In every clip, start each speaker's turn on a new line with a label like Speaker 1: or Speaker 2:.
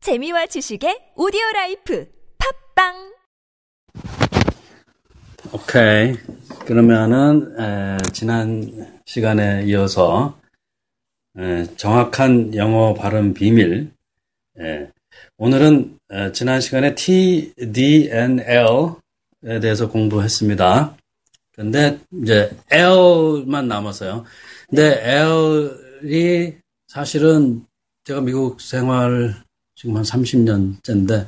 Speaker 1: 재미와 지식의 오디오 라이프 팝빵
Speaker 2: 오케이. 그러면은 에, 지난 시간에 이어서 에, 정확한 영어 발음 비밀. 에, 오늘은 에, 지난 시간에 T, D, N, L에 대해서 공부했습니다. 근데 이제 L만 남았어요. 근데 L이 사실은 제가 미국 생활 지금 한 30년째인데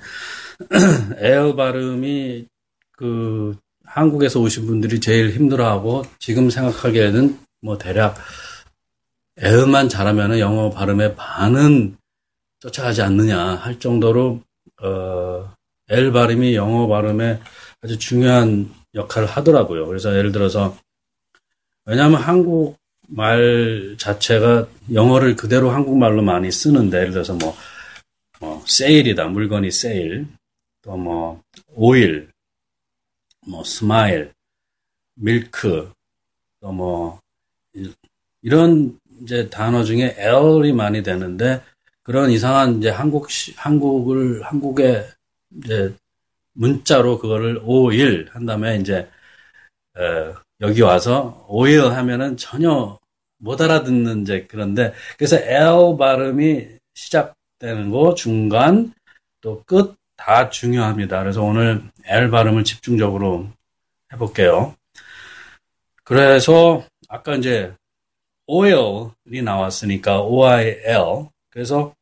Speaker 2: L 발음이 그 한국에서 오신 분들이 제일 힘들어하고 지금 생각하기에는 뭐 대략 애음만 잘하면 영어 발음의 반은 쫓아가지 않느냐 할 정도로 어, L 발음이 영어 발음에 아주 중요한 역할을 하더라고요. 그래서 예를 들어서 왜냐하면 한국 말 자체가 영어를 그대로 한국말로 많이 쓰는데 예를 들어서 뭐, 뭐 세일이다 물건이 세일 또 뭐 오일 뭐 스마일, 밀크, 또 뭐 이런 이제 단어 중에 L이 많이 되는데 그런 이상한 이제 한국 시- 한국을 한국의 이제 문자로 그거를 오일 한 다음에 이제 어, 여기 와서 오일 하면은 전혀 못 알아듣는 이제 그런데 그래서 L 발음이 시작되는 거 중간 또 끝 다 중요합니다. 그래서 오늘 L 발음을 집중적으로 해볼게요. 그래서 아까 이제 oil이 나왔으니까 oil. 그래서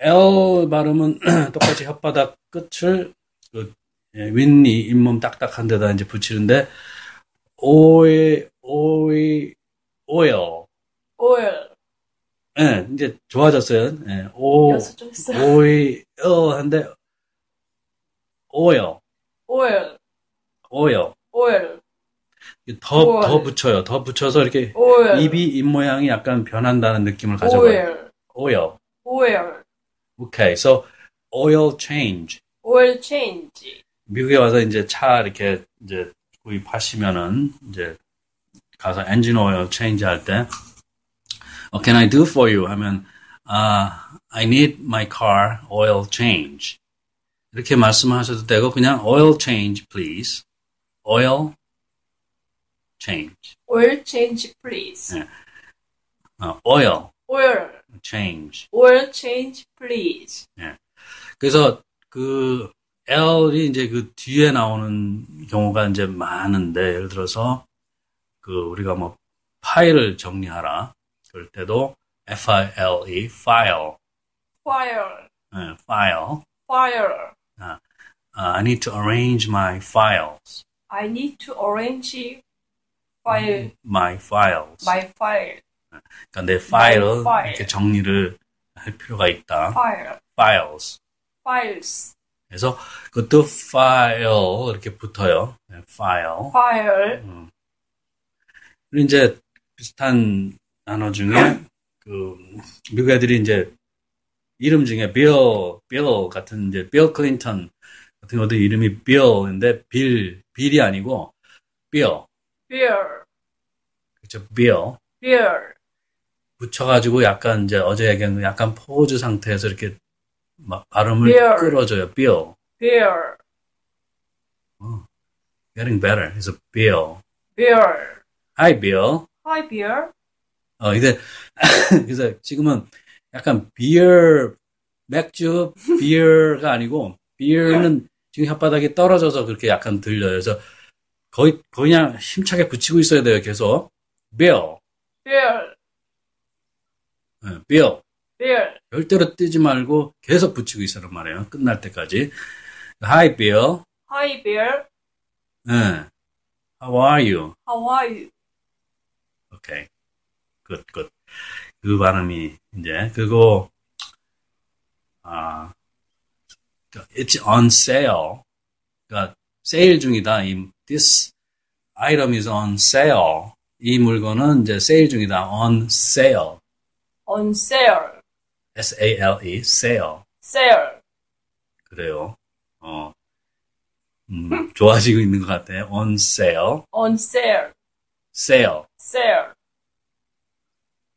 Speaker 2: L 발음은 똑같이 혓바닥 끝을 그 예, 윗니 잇몸 딱딱한 데다 이제 붙이는데 오이 오이 oil.
Speaker 3: oil.
Speaker 2: 예, 이제 좋아졌어요. 예, 오
Speaker 3: 연습 좀 했어요.
Speaker 2: 오이 어 한데 oil
Speaker 3: oil,
Speaker 2: oil
Speaker 3: oil,
Speaker 2: 더 더
Speaker 3: 오일.
Speaker 2: 붙여요. 더 붙여서 이렇게
Speaker 3: oil,
Speaker 2: 입이 입 모양이 약간 변한다는 느낌을 가져요.
Speaker 3: oil,
Speaker 2: oil.
Speaker 3: oil,
Speaker 2: 오케이. So oil change.
Speaker 3: oil change,
Speaker 2: 미국에 와서 이제 차 이렇게 이제 구입하시면은 이제 가서 엔진 오일 체인지 할 때 What can I do for you? 하면 아, I need my car oil change. 이렇게 말씀하셔도 되고 그냥 oil change please. oil change.
Speaker 3: oil change please,
Speaker 2: 네. 어, oil
Speaker 3: oil,
Speaker 2: change.
Speaker 3: oil change please,
Speaker 2: 그래서 그 L이 이제 그 뒤에 나오는 경우가 이제 많은데 예를 들어서 그 우리가 뭐 파일을 정리하라 그럴 때도 F-I-L-E E, file
Speaker 3: fire,
Speaker 2: 예, file
Speaker 3: fire.
Speaker 2: 아, I need to arrange my files
Speaker 3: I need to arrange file
Speaker 2: my files
Speaker 3: my file,
Speaker 2: 그러니까 내 파일을
Speaker 3: my file.
Speaker 2: 이렇게 정리를 할 필요가 있다
Speaker 3: file,
Speaker 2: files
Speaker 3: files,
Speaker 2: 그래서 그것도 file 이렇게 붙어요 예, file
Speaker 3: file,
Speaker 2: 그리고 이제 비슷한 단어 중에 그 미국 애들이 이제 이름 중에 빌, 빌 같은 이제 빌 클린턴 같은 것도 이름이 빌인데 빌, 빌이 아니고 빌,
Speaker 3: beer,
Speaker 2: 그쵸, 빌
Speaker 3: beer,
Speaker 2: 붙여가지고 약간 이제 어제 얘기한 그 약간 포즈 상태에서 이렇게 막 발음을
Speaker 3: 빌.
Speaker 2: 끌어줘요. 빌,
Speaker 3: beer,
Speaker 2: getting better. 그래서 빌,
Speaker 3: beer.
Speaker 2: hi 빌.
Speaker 3: Hi beer,
Speaker 2: 어, 근데, 그래서 지금은 약간 beer, 맥주, beer가 아니고, beer는 지금 혓바닥이 떨어져서 그렇게 약간 들려요. 그래서 거의, 거의 그냥 힘차게 붙이고 있어야 돼요, 계속. beer,
Speaker 3: beer,
Speaker 2: 예, beer.
Speaker 3: beer.
Speaker 2: 절대로 뜨지 말고 계속 붙이고 있으란 말이에요. 끝날 때까지. Hi, beer.
Speaker 3: Hi beer,
Speaker 2: 예. How are you?
Speaker 3: how are you?
Speaker 2: 오케이. 굿, 굿. 그 발음이, 이제, 그거, 아, 그 it's on sale. 그니까, 세일 중이다. 이, this item is on sale. 이 물건은 이제 세일 중이다. on sale.
Speaker 3: On sale,
Speaker 2: S-A-L-E, E, sale.
Speaker 3: sale,
Speaker 2: 그래요. 어, 음, 좋아지고 있는 것 같아요. on sale,
Speaker 3: on sale.
Speaker 2: sale.
Speaker 3: sell,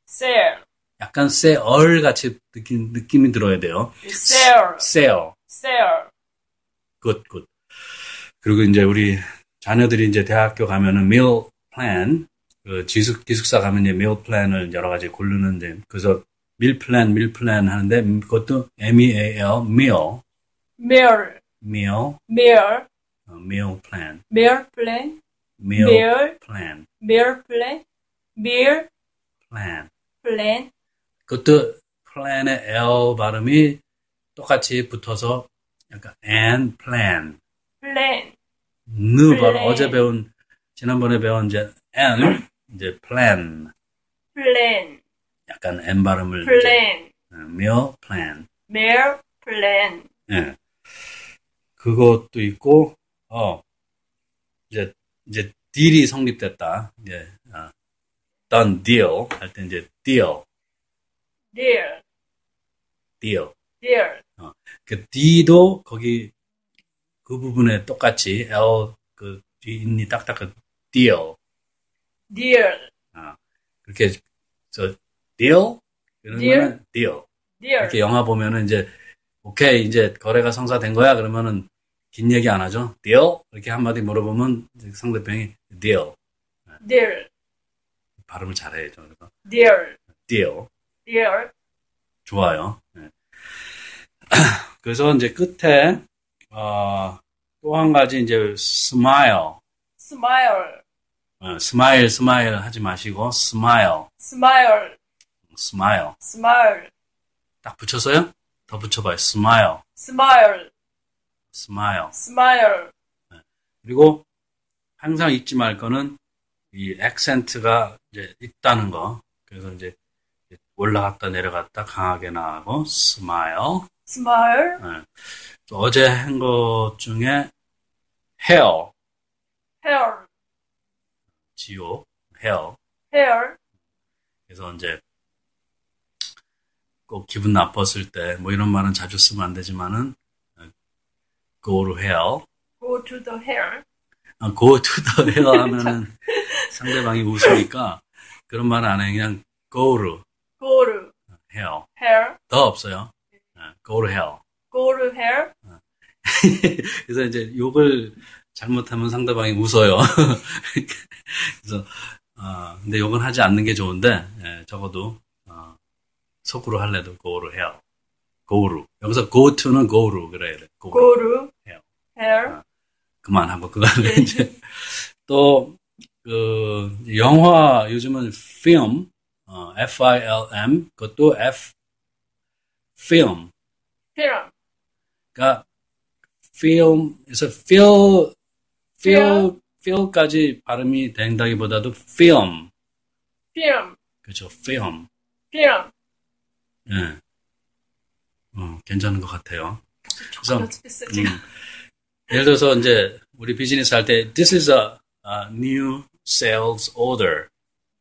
Speaker 3: sell,
Speaker 2: 약간 쎄얼 같이 느낌, 느낌이 들어야 돼요.
Speaker 3: Sell.
Speaker 2: 쎄얼.
Speaker 3: Sell.
Speaker 2: 굿, 굿. 그리고 이제 우리 자녀들이 이제 대학교 가면은 meal plan, 그 기숙, 기숙사 가면 이제 meal plan을 여러 가지 고르는데, 그래서 meal plan, meal plan 하는데, 음, 그것도 M-E-A-L, meal,
Speaker 3: Meal.
Speaker 2: meal,
Speaker 3: Meal.
Speaker 2: 어, meal plan,
Speaker 3: Meal plan.
Speaker 2: meal
Speaker 3: Meal.
Speaker 2: plan,
Speaker 3: Meal plan. Meal
Speaker 2: plan.
Speaker 3: plan.
Speaker 2: 그것도 plan의 L 발음이 똑같이 붙어서 약간 and plan,
Speaker 3: Plan.
Speaker 2: 느 발음,
Speaker 3: plan.
Speaker 2: 어제 배운, 지난번에 배운 이제 and, 이제 plan.
Speaker 3: Plan.
Speaker 2: 약간 M 발음을 이제,
Speaker 3: Plan.
Speaker 2: 어, meal plan.
Speaker 3: Meal plan.
Speaker 2: 예. 그것도 있고 어 이제 이제 딜이 성립됐다. 이제 어, done deal 할 때 이제 deal
Speaker 3: Deal.
Speaker 2: deal
Speaker 3: Deal.
Speaker 2: 그 D도 거기 그 부분에 똑같이 L 그 인이 딱딱 그 deal 아,
Speaker 3: Deal.
Speaker 2: 그렇게 저 deal 이런
Speaker 3: Deal?
Speaker 2: 거는 deal
Speaker 3: Deal.
Speaker 2: 이렇게 영화 보면은 이제 오케이 이제 거래가 성사된 거야 그러면은 긴 얘기 안 하죠. deal 이렇게 한마디 물어보면 이제 상대편이 deal
Speaker 3: Deal.
Speaker 2: 발음을 잘해야죠. 그래서
Speaker 3: Deal.
Speaker 2: deal
Speaker 3: Deal.
Speaker 2: 좋아요. 네. 그래서 이제 끝에 어, 또 한 가지 이제 smile
Speaker 3: Smile.
Speaker 2: 어, smile smile 하지 마시고 smile
Speaker 3: Smile.
Speaker 2: smile
Speaker 3: Smile.
Speaker 2: 딱 붙여서요. 더 붙여봐요. smile
Speaker 3: Smile.
Speaker 2: smile
Speaker 3: Smile.
Speaker 2: 그리고 항상 잊지 말 거는 이 액센트가 이제 있다는 거. 그래서 이제 올라갔다 내려갔다 강하게 나가고 smile.
Speaker 3: Smile.
Speaker 2: 예. 또 어제 한 것 중에 hair,
Speaker 3: Hair.
Speaker 2: 지옥, hair.
Speaker 3: Hair.
Speaker 2: 그래서 이제 꼭 기분 나빴을 때 뭐 이런 말은 자주 쓰면 안 되지만은 어, go to hell,
Speaker 3: Go to the hair.
Speaker 2: 아, go to the hell 하면은 상대방이 웃으니까 그런 말은 안 해. 그냥 go to
Speaker 3: Go to
Speaker 2: hell.
Speaker 3: hair.
Speaker 2: 더 없어요. 어, go to hell.
Speaker 3: Go to hair.
Speaker 2: 그래서 이제 욕을 잘못하면 상대방이 웃어요. 그래서 아, 근데 욕은 하지 않는 게 좋은데 예, 적어도 어, 속으로 할래도 고루 해요. 고루 여기서 go to는 고루 그래야 돼. 고루
Speaker 3: Go to
Speaker 2: Hair.
Speaker 3: hair.
Speaker 2: 그만하고 그거는 이제 또그 영화 요즘은 film 어, F I L M 그것도 F film
Speaker 3: Film.
Speaker 2: 그러니까 film에서 feel feel feel까지 발음이 된다기보다도 film
Speaker 3: Film.
Speaker 2: 그렇죠 film
Speaker 3: Film.
Speaker 2: 예 어, 괜찮은 것 같아요 그래서
Speaker 3: 초콜릿 피스
Speaker 2: 음,
Speaker 3: 지금.
Speaker 2: 예를 들어서 이제 우리 비즈니스 할 때 this is a, a new sales order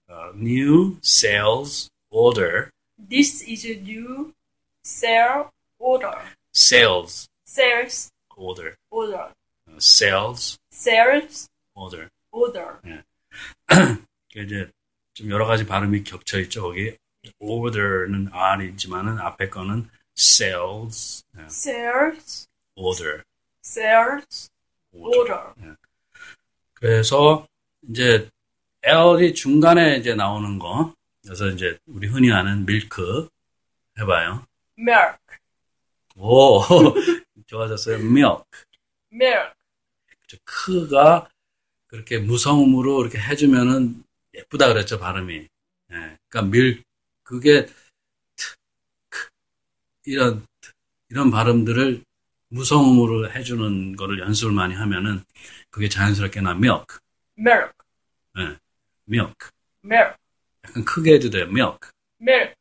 Speaker 2: 어, new sales order
Speaker 3: This is a new sale order.
Speaker 2: sales
Speaker 3: Sales
Speaker 2: order
Speaker 3: order.
Speaker 2: 어, sales
Speaker 3: Sales
Speaker 2: order
Speaker 3: order.
Speaker 2: 그 이제 좀 여러 가지 발음이 겹쳐 있죠. 거기 order는 R이지만은 앞에 거는 sales 예,
Speaker 3: Sales.
Speaker 2: order.
Speaker 3: Sales
Speaker 2: order.
Speaker 3: order.
Speaker 2: 그래서 이제 L이 중간에 이제 나오는 거. 그래서 이제 우리 흔히 아는 밀크 해봐요.
Speaker 3: Milk.
Speaker 2: 오 좋아졌어요. milk.
Speaker 3: Milk.
Speaker 2: 저 크가 그렇게 무서움으로 이렇게 해주면은 예쁘다 그랬죠 발음이. 예, 그러니까 밀 그게 트, 크 이런 트, 이런 발음들을 무서움으로 해주는 거를 연습을 많이 하면은 그게 자연스럽게 나 milk,
Speaker 3: Milk.
Speaker 2: milk
Speaker 3: Milk.
Speaker 2: 약간 크게 해도 돼요 milk
Speaker 3: Milk.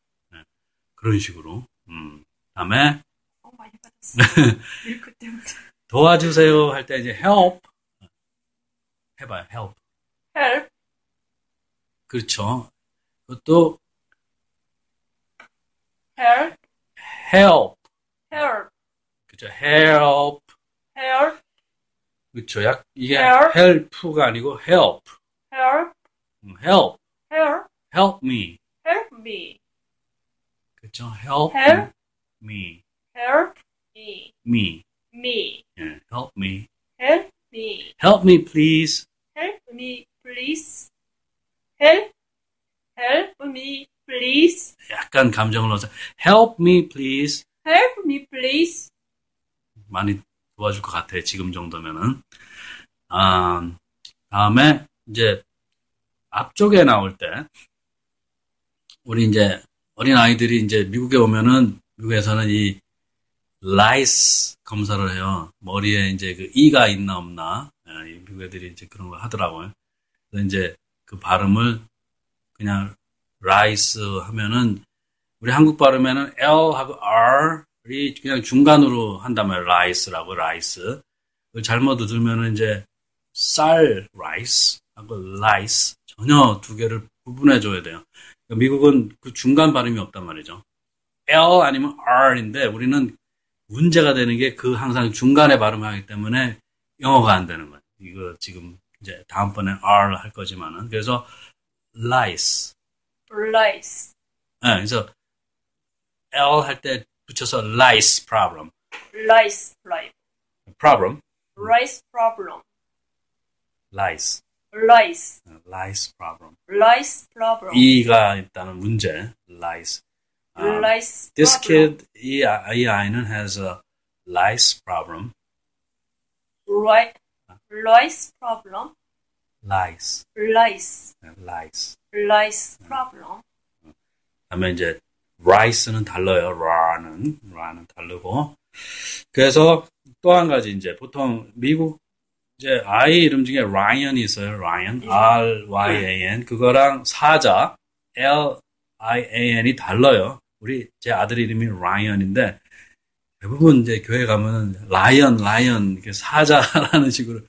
Speaker 2: 그런 식으로. 음. 다음에
Speaker 3: 어, 많이 받았어. 밀크 때문에.
Speaker 2: 도와주세요 할 때 이제 help 해봐요 help
Speaker 3: Help.
Speaker 2: 그렇죠. 그것도
Speaker 3: Help.
Speaker 2: help
Speaker 3: Help.
Speaker 2: 그죠. help.
Speaker 3: Help.
Speaker 2: 그쵸. 약, 이게
Speaker 3: help.
Speaker 2: help가 아니고 help.
Speaker 3: Help.
Speaker 2: 음, help.
Speaker 3: Help.
Speaker 2: help me.
Speaker 3: Help me.
Speaker 2: 그렇죠. Help,
Speaker 3: Help.
Speaker 2: me,
Speaker 3: Help me.
Speaker 2: me,
Speaker 3: Me.
Speaker 2: 예, help me,
Speaker 3: Help me.
Speaker 2: help me, please.
Speaker 3: Help me, please. Help. Help me, please.
Speaker 2: 약간 감정을 넣어서 help me, please.
Speaker 3: Help me, please.
Speaker 2: 많이 도와줄 것 같아. 지금 정도면은. 아, 다음에 이제 앞쪽에 나올 때 우리 이제 어린 아이들이 이제 미국에 오면은 미국에서는 이 라이스 검사를 해요. 머리에 이제 그 이가 있나 없나. 예, 이 미국 애들이 이제 그런 걸 하더라고요. 그래서 이제 그 발음을 그냥 라이스 하면은 우리 한국 발음에는 L하고 R이 그냥 중간으로 한단 말이에요. 라이스라고, 라이스. 그걸 잘못 들으면 이제 쌀 라이스하고 라이스 전혀 두 개를 구분해 줘야 돼요. 그러니까 미국은 그 중간 발음이 없단 말이죠. L 아니면 R인데 우리는 문제가 되는 게 그 항상 중간에 발음하기 때문에 영어가 안 되는 거예요. 이거 지금 이제 다음번에 R 할 거지만은 그래서 라이스
Speaker 3: Lice.
Speaker 2: 예, 그래서 Ah, L 할 때 붙여서 lice problem.
Speaker 3: Lice. Life.
Speaker 2: problem.
Speaker 3: Rice problem.
Speaker 2: lice.
Speaker 3: Lice.
Speaker 2: 어, lice problem. E
Speaker 3: Lice problem.
Speaker 2: 이가 있다는 문제. lice. 아,
Speaker 3: Lice
Speaker 2: Ah, this
Speaker 3: problem.
Speaker 2: kid E, 이, 아- 이 아이는 has a lice problem.
Speaker 3: Right. Lice problem.
Speaker 2: lice.
Speaker 3: Lice.
Speaker 2: 네, lice.
Speaker 3: Lice problem.
Speaker 2: 그다음에 이제 rice는 달라요. ra는 ra는 다르고. 그래서 또 한 가지 이제 보통 미국 이제 아이 이름 중에 Ryan이 있어요. Ryan, R Y A N 그거랑 사자 L I A N이 달라요. 우리 제 아들 이름이 Ryan인데 대부분 이제 교회 가면은 라이언, 라이언 이렇게 사자라는 식으로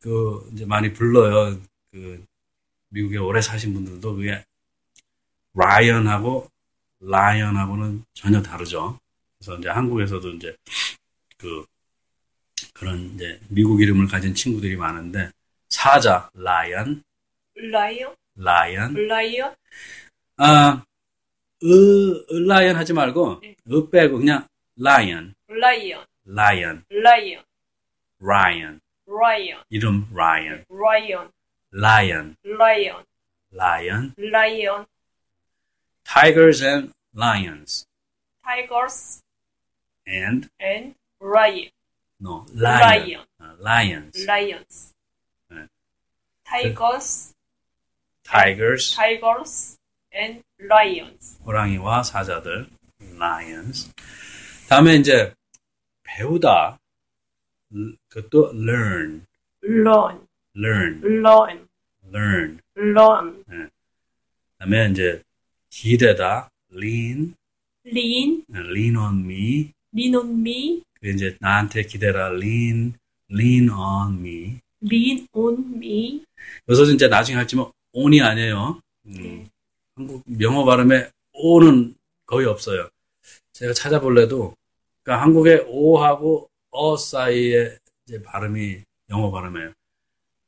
Speaker 2: 그 이제 많이 불러요. 그 미국에 오래 사신 분들도 그게 라이언하고 라이언하고는 전혀 다르죠. 그래서 이제 한국에서도 이제 그 그런 이제 미국 이름을 가진 친구들이 많은데 사자 라이언
Speaker 3: Lion.
Speaker 2: 라이언
Speaker 3: Lion.
Speaker 2: 아, 으, 으 라이언 하지 말고 으 빼고 그냥 라이언
Speaker 3: Lion.
Speaker 2: 라이언
Speaker 3: Lion.
Speaker 2: 라이언
Speaker 3: Ryan.
Speaker 2: 이름 라이언
Speaker 3: Ryan.
Speaker 2: 라이언
Speaker 3: Lion.
Speaker 2: 라이언
Speaker 3: Lion.
Speaker 2: tigers and lions
Speaker 3: Tigers
Speaker 2: and
Speaker 3: and Ryan.
Speaker 2: no lion
Speaker 3: Lion.
Speaker 2: 아, lions
Speaker 3: Lions.
Speaker 2: 네.
Speaker 3: Tigers.
Speaker 2: tigers
Speaker 3: Tigers and Lions.
Speaker 2: 호랑이와 사자들, lions. 다음에 이제 배우다, 그것도 learn,
Speaker 3: Learn.
Speaker 2: learn,
Speaker 3: Learn.
Speaker 2: learn.
Speaker 3: Learn.
Speaker 2: 다음에 이제 기대다, lean,
Speaker 3: Lean.
Speaker 2: lean on me.
Speaker 3: Lean on me.
Speaker 2: 그 이제 나한테 기대라, lean, lean on me.
Speaker 3: Lean on me.
Speaker 2: 여기서 이제 나중에 할지만 on이 아니에요.
Speaker 3: 네.
Speaker 2: 음, 한국 영어 발음에 o는 거의 없어요. 제가 찾아볼래도 그러니까 한국의 o하고 어 사이의 이제 발음이 영어 발음이에요.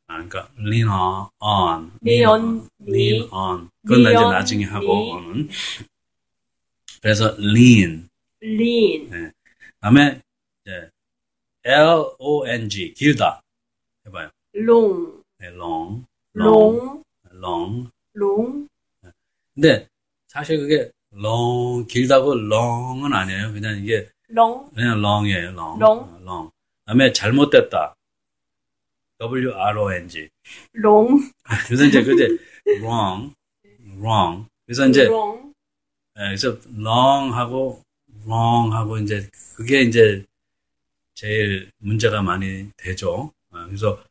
Speaker 2: 아, 그러니까 lean on, on,
Speaker 3: Lean on 네.
Speaker 2: lean
Speaker 3: me.
Speaker 2: on. 그건 나 이제
Speaker 3: Lean on
Speaker 2: 나중에
Speaker 3: me.
Speaker 2: 하고 o는. 그래서 lean.
Speaker 3: Lean.
Speaker 2: 다음에 이제 l o n g 길다 해봐요.
Speaker 3: Long.
Speaker 2: 네, long,
Speaker 3: Long.
Speaker 2: long.
Speaker 3: Long.
Speaker 2: 근데 사실 그게 long 길다고 long은 아니에요. 그냥 이게
Speaker 3: Long.
Speaker 2: 그냥 long이에요. long.
Speaker 3: long.
Speaker 2: 어, long. 그다음에 잘못됐다. W R O N G.
Speaker 3: Long.
Speaker 2: 그래서 이제 그제 wrong, wrong. 그래서 이제
Speaker 3: Long.
Speaker 2: 예, 그래서 long하고 wrong하고 이제 그게 이제 제일 문제가 많이 되죠. 어, 그래서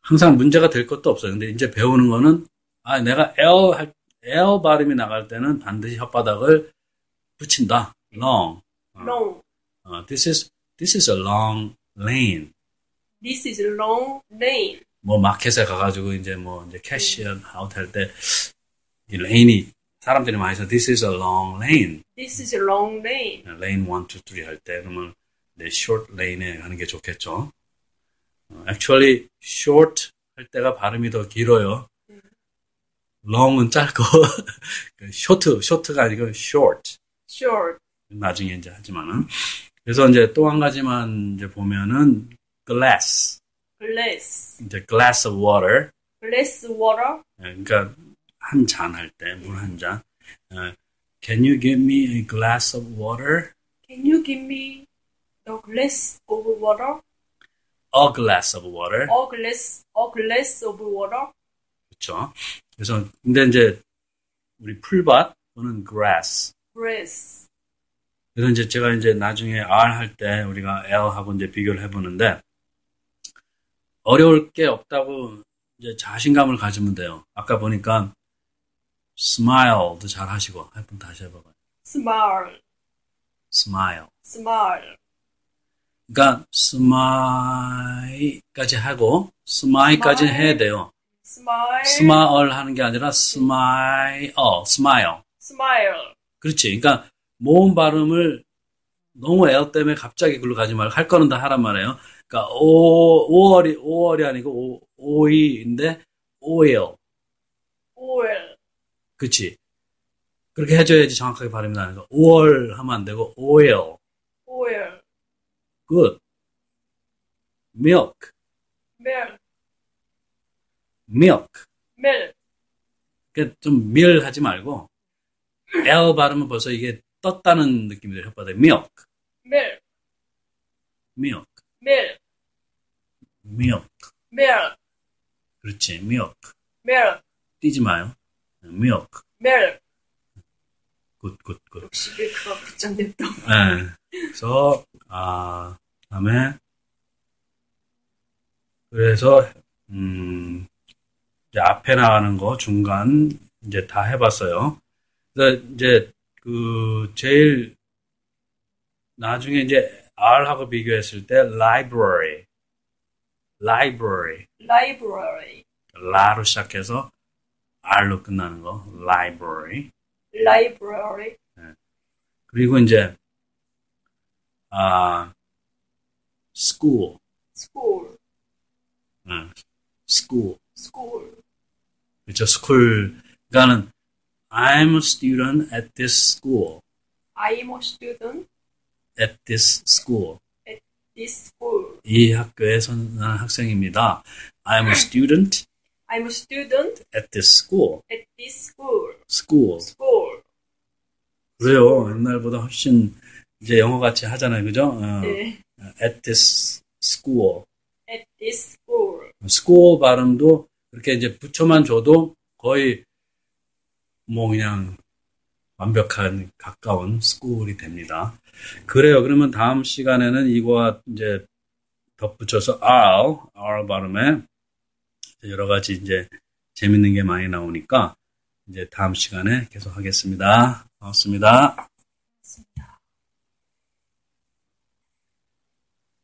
Speaker 2: 항상 문제가 될 것도 없어요. 근데 이제 배우는 거는 아 내가 L 할 L 발음이 나갈 때는 반드시 혓바닥을 붙인다. long. 어,
Speaker 3: Long.
Speaker 2: 어, this is this is a long lane.
Speaker 3: This is long lane.
Speaker 2: 뭐 마켓에 가가지고 이제 뭐 이제 캐시언 아웃 할때 이 레인이 사람들이 많이 해서 this is a long lane.
Speaker 3: This is long lane.
Speaker 2: 레인 1, 2, 3 할 때, 그러면 내 short 레인에 가는 게 좋겠죠. 어, Actually, short 할 때가 발음이 더 길어요. long은 짧고, 그 short, short가 아니고 short,
Speaker 3: short.
Speaker 2: 나중에 이제 하지만은. 그래서 이제 또 한 가지만 이제 보면은 glass,
Speaker 3: glass.
Speaker 2: 이제 glass of water.
Speaker 3: glass water.
Speaker 2: 예, 그러니까 한 잔 할 때 물 한 잔. 예, Can you give me a glass of water?
Speaker 3: Can you give me the glass of water?
Speaker 2: A glass of water.
Speaker 3: A glass, a glass of water.
Speaker 2: 그렇죠. 그래서 근데 이제 우리 풀밭 또는 grass.
Speaker 3: Grass.
Speaker 2: 그래서 이제 제가 이제 나중에 R 할 때 우리가 L하고 이제 비교를 해보는데 어려울 게 없다고 이제 자신감을 가지면 돼요. 아까 보니까 smile도 잘 하시고 한번 다시 해봐봐요.
Speaker 3: Smile.
Speaker 2: smile.
Speaker 3: Smile.
Speaker 2: 그러니까 smile까지 하고 smile까지
Speaker 3: Smile.
Speaker 2: 해야 돼요.
Speaker 3: Smile.
Speaker 2: smile 하는 게 아니라 smile, smile.
Speaker 3: Smile.
Speaker 2: 그렇지. 그러니까 모음 발음을 너무 에어 때문에 갑자기 글로 가지 말고 할 거는 다 하란 말이에요. 그러니까 오, 5월이 5월이 아니고 오, 오이인데 오일.
Speaker 3: Oil.
Speaker 2: 그렇지. 그렇게 해줘야지 정확하게 발음이 나는 거. 5월 하면 안 되고 오일.
Speaker 3: Oil.
Speaker 2: good. milk.
Speaker 3: Milk.
Speaker 2: milk.
Speaker 3: Milk.
Speaker 2: 그러니까 좀 밀하지 말고 L 발음은 벌써 이게 떴다는 느낌이 들어요. 혓바닥에 milk.
Speaker 3: Milk.
Speaker 2: milk.
Speaker 3: Milk.
Speaker 2: milk.
Speaker 3: Milk.
Speaker 2: 그렇지. milk.
Speaker 3: Milk.
Speaker 2: 뛰지 마요. milk.
Speaker 3: Milk.
Speaker 2: 굿, 굿, 굿.
Speaker 3: 역시 밀크가 붙잡는다.
Speaker 2: 예. 그래서, 아, 다음에, 그래서, 음, 이제 앞에 나가는 거, 중간, 이제 다 해봤어요. 그래서 이제, 그, 제일, 나중에 이제 R하고 비교했을 때, library, library,
Speaker 3: Library.
Speaker 2: 라로 시작해서 R로 끝나는 거, library.
Speaker 3: Library.
Speaker 2: 그리고 이제 아 school,
Speaker 3: School.
Speaker 2: 응. school,
Speaker 3: School.
Speaker 2: 그렇죠? school. 그러니까는 I'm a student at this school,
Speaker 3: I'm a student
Speaker 2: at this school.
Speaker 3: this school.
Speaker 2: 이 학교에서 나는 학생입니다. I'm a student
Speaker 3: I'm a student
Speaker 2: at this school,
Speaker 3: at this school.
Speaker 2: school.
Speaker 3: School.
Speaker 2: 그래요. 옛날보다 훨씬 이제 영어 같이 하잖아요, 그죠? 어,
Speaker 3: 네.
Speaker 2: at this school.
Speaker 3: At this school.
Speaker 2: 스코어 발음도 그렇게 이제 붙여만 줘도 거의 뭐 그냥 완벽한 가까운 스코어이 됩니다. 그래요. 그러면 다음 시간에는 이거와 이제 덧붙여서 R, R 발음에 여러 가지 이제 재밌는 게 많이 나오니까 이제 다음 시간에 계속 하겠습니다. 고맙습니다.